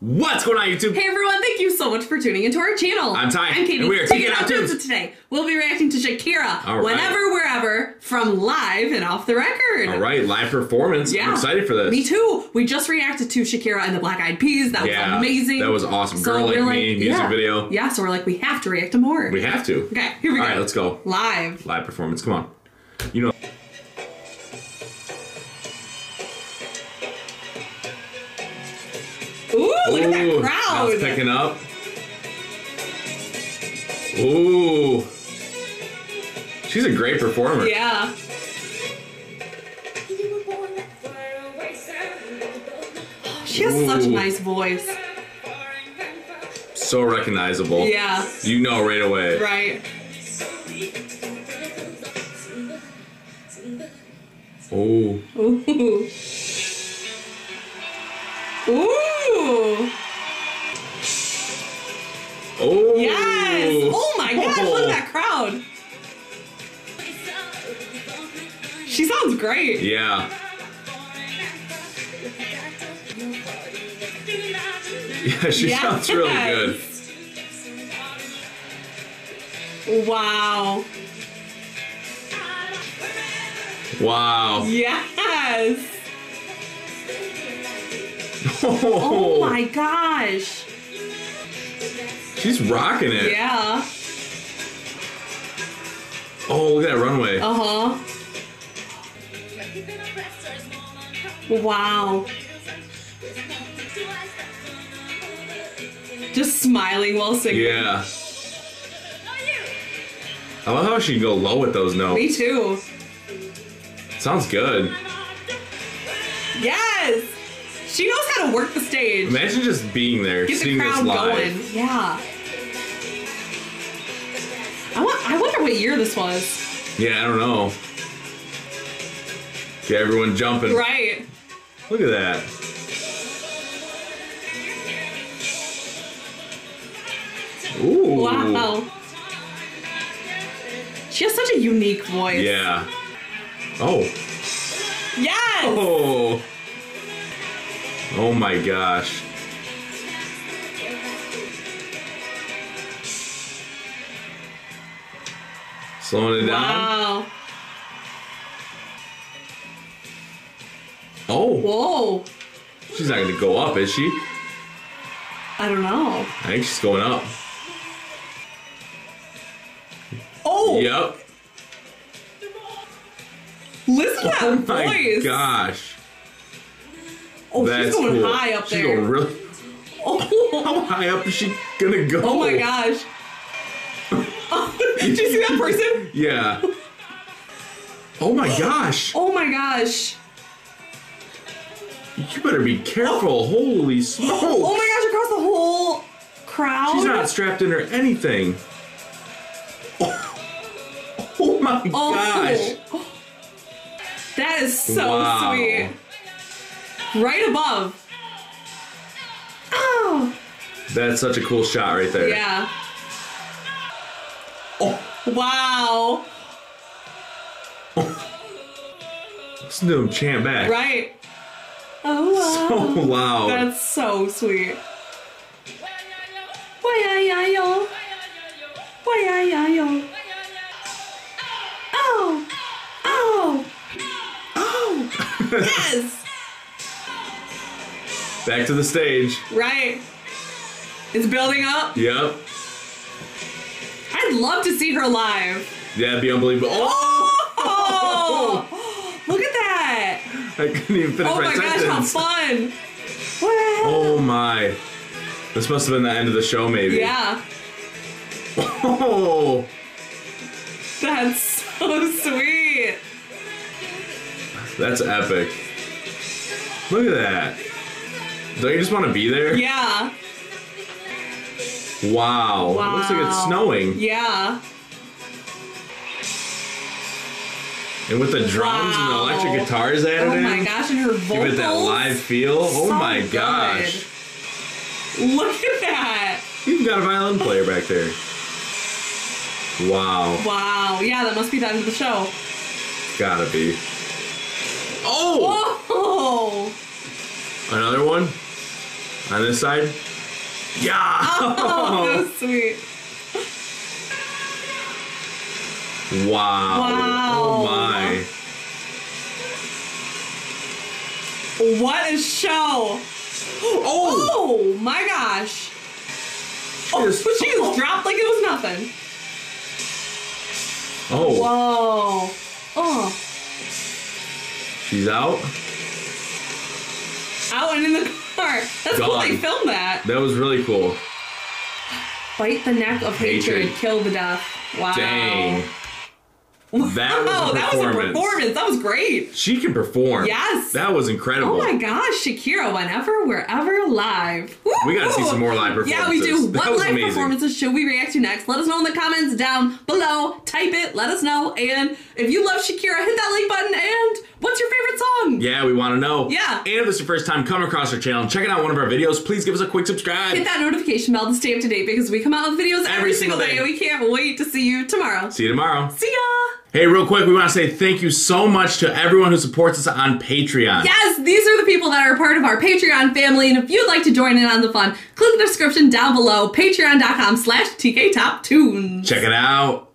What's going on, YouTube? Hey everyone, thank you so much for tuning into our channel. I'm Ty, I'm Katie. and we are Taking Taking Out Tunes. today. We'll be reacting to Shakira All right. whenever, wherever, from live and off the record. All right, live performance. Yeah. I'm excited for this. Me too. We just reacted to Shakira and the Black Eyed Peas. That Yeah, was amazing. that was awesome. Girl Like we're Me, music yeah. video. Yeah, so we're like, we have to react to more. We have to. okay, here we All go. right, let's go. Live. Live performance. Come on. You know. Ooh, Oh, look at that Ooh, now crowd. it's picking up. Ooh. She's a great performer. yeah. You were born far away, sound. She has such a Ooh. nice voice. Far and far. So recognizable. Yeah. You know right away. Right. So deep. Simba, Simba, Oh. Ooh. Ooh. Oh. Yes! Oh my gosh, look at that crowd. She sounds great. Yeah. Yeah, she Yes. sounds really good. Wow. Wow. Yes. Oh my gosh. She's rocking it. Yeah. Oh, look at that runway. Uh huh. Wow. Just smiling while singing. Yeah. I love how she can go low with those notes. Me too. Sounds good. Yes. She knows how to work the stage. Imagine just being there, Get the seeing this crowd live. going. Yeah. I, wa- I wonder what year this was. Yeah, I don't know. Get everyone jumping. Right. Look at that. Ooh. Wow. She has such a unique voice. Yeah. Oh. Yes. Oh. Oh my gosh. Slowing it down. Wow. Oh, Whoa. she's not gonna go up, is she? I don't know. I think she's going up. Oh, Yep. listen to that Oh my voice. gosh. Oh, That's she's going cool. high up she's there. Going really, oh. how high up is she gonna go? oh my gosh. Did you see that person? Yeah. Oh my gosh. Oh my gosh. You better be careful. Holy smokes. Oh my gosh, across the whole crowd. She's not strapped in or anything. Oh, oh my oh. gosh. That is so Wow. sweet. Right above. Oh. That's such a cool shot right there. Yeah. Oh, Wow. listen to him chant back. Right. Oh wow. So loud. That's so sweet. Why-yi-yi-yo. Why-yi-yi-yo. Oh. Oh. Oh. yes. Back to the stage. Right. It's building up. Yep. I'd love to see her live. That'd be unbelievable. Oh, Oh. Look at that. I couldn't even finish Oh my, my gosh, how sentence. fun. Wow. oh my. This must have been the end of the show, maybe. Yeah. Oh, That's so sweet. that's epic. Look at that. Don't you just want to be there? Yeah. Wow. Wow. It looks like it's snowing. Yeah. And with the drums Wow. and the electric guitars added Oh in. my gosh, and her vocals. Give it that live feel. Oh so my good. gosh. Look at that. You've got a violin player back there. Wow. Wow. Yeah, that must be the end of the show. Gotta be. Oh! Oh. Another one? On this side? Yeah! Oh, that was sweet. Wow. Oh Wow. my. What a show! Oh! Oh my gosh! Oh, She is- she just dropped like it was nothing. Oh. Whoa! Oh, She's out. out and in the car. That's cool. Gone. They filmed that. That was really cool. Bite the neck of hatred, Hatred. kill the death. Wow! Dang. That was a Wow, that was a performance. performance. That was great. She can perform. Yes. That was incredible. Oh my gosh, Shakira, whenever, wherever, live. We gotta see some more live Yeah, we do. performances. That What was live amazing. performances should we react to next? Let us know in the comments down below. Type it, let us know. And if you love Shakira, hit that like button. And what's your favorite song? Yeah, we want to know. Yeah. And if this is your first time coming across our channel, and checking out one of our videos, please give us a quick subscribe. Hit that notification bell to stay up to date because we come out with videos every, single day. day. We can't wait to see you tomorrow. See you tomorrow. See ya! Hey, real quick, we want to say thank you so much to everyone who supports us on Patreon. Yes, these are the people that are part of our Patreon family, and if you'd like to join in on the fun, click the description down below, patreon.com slash tktoptunes. Check it out.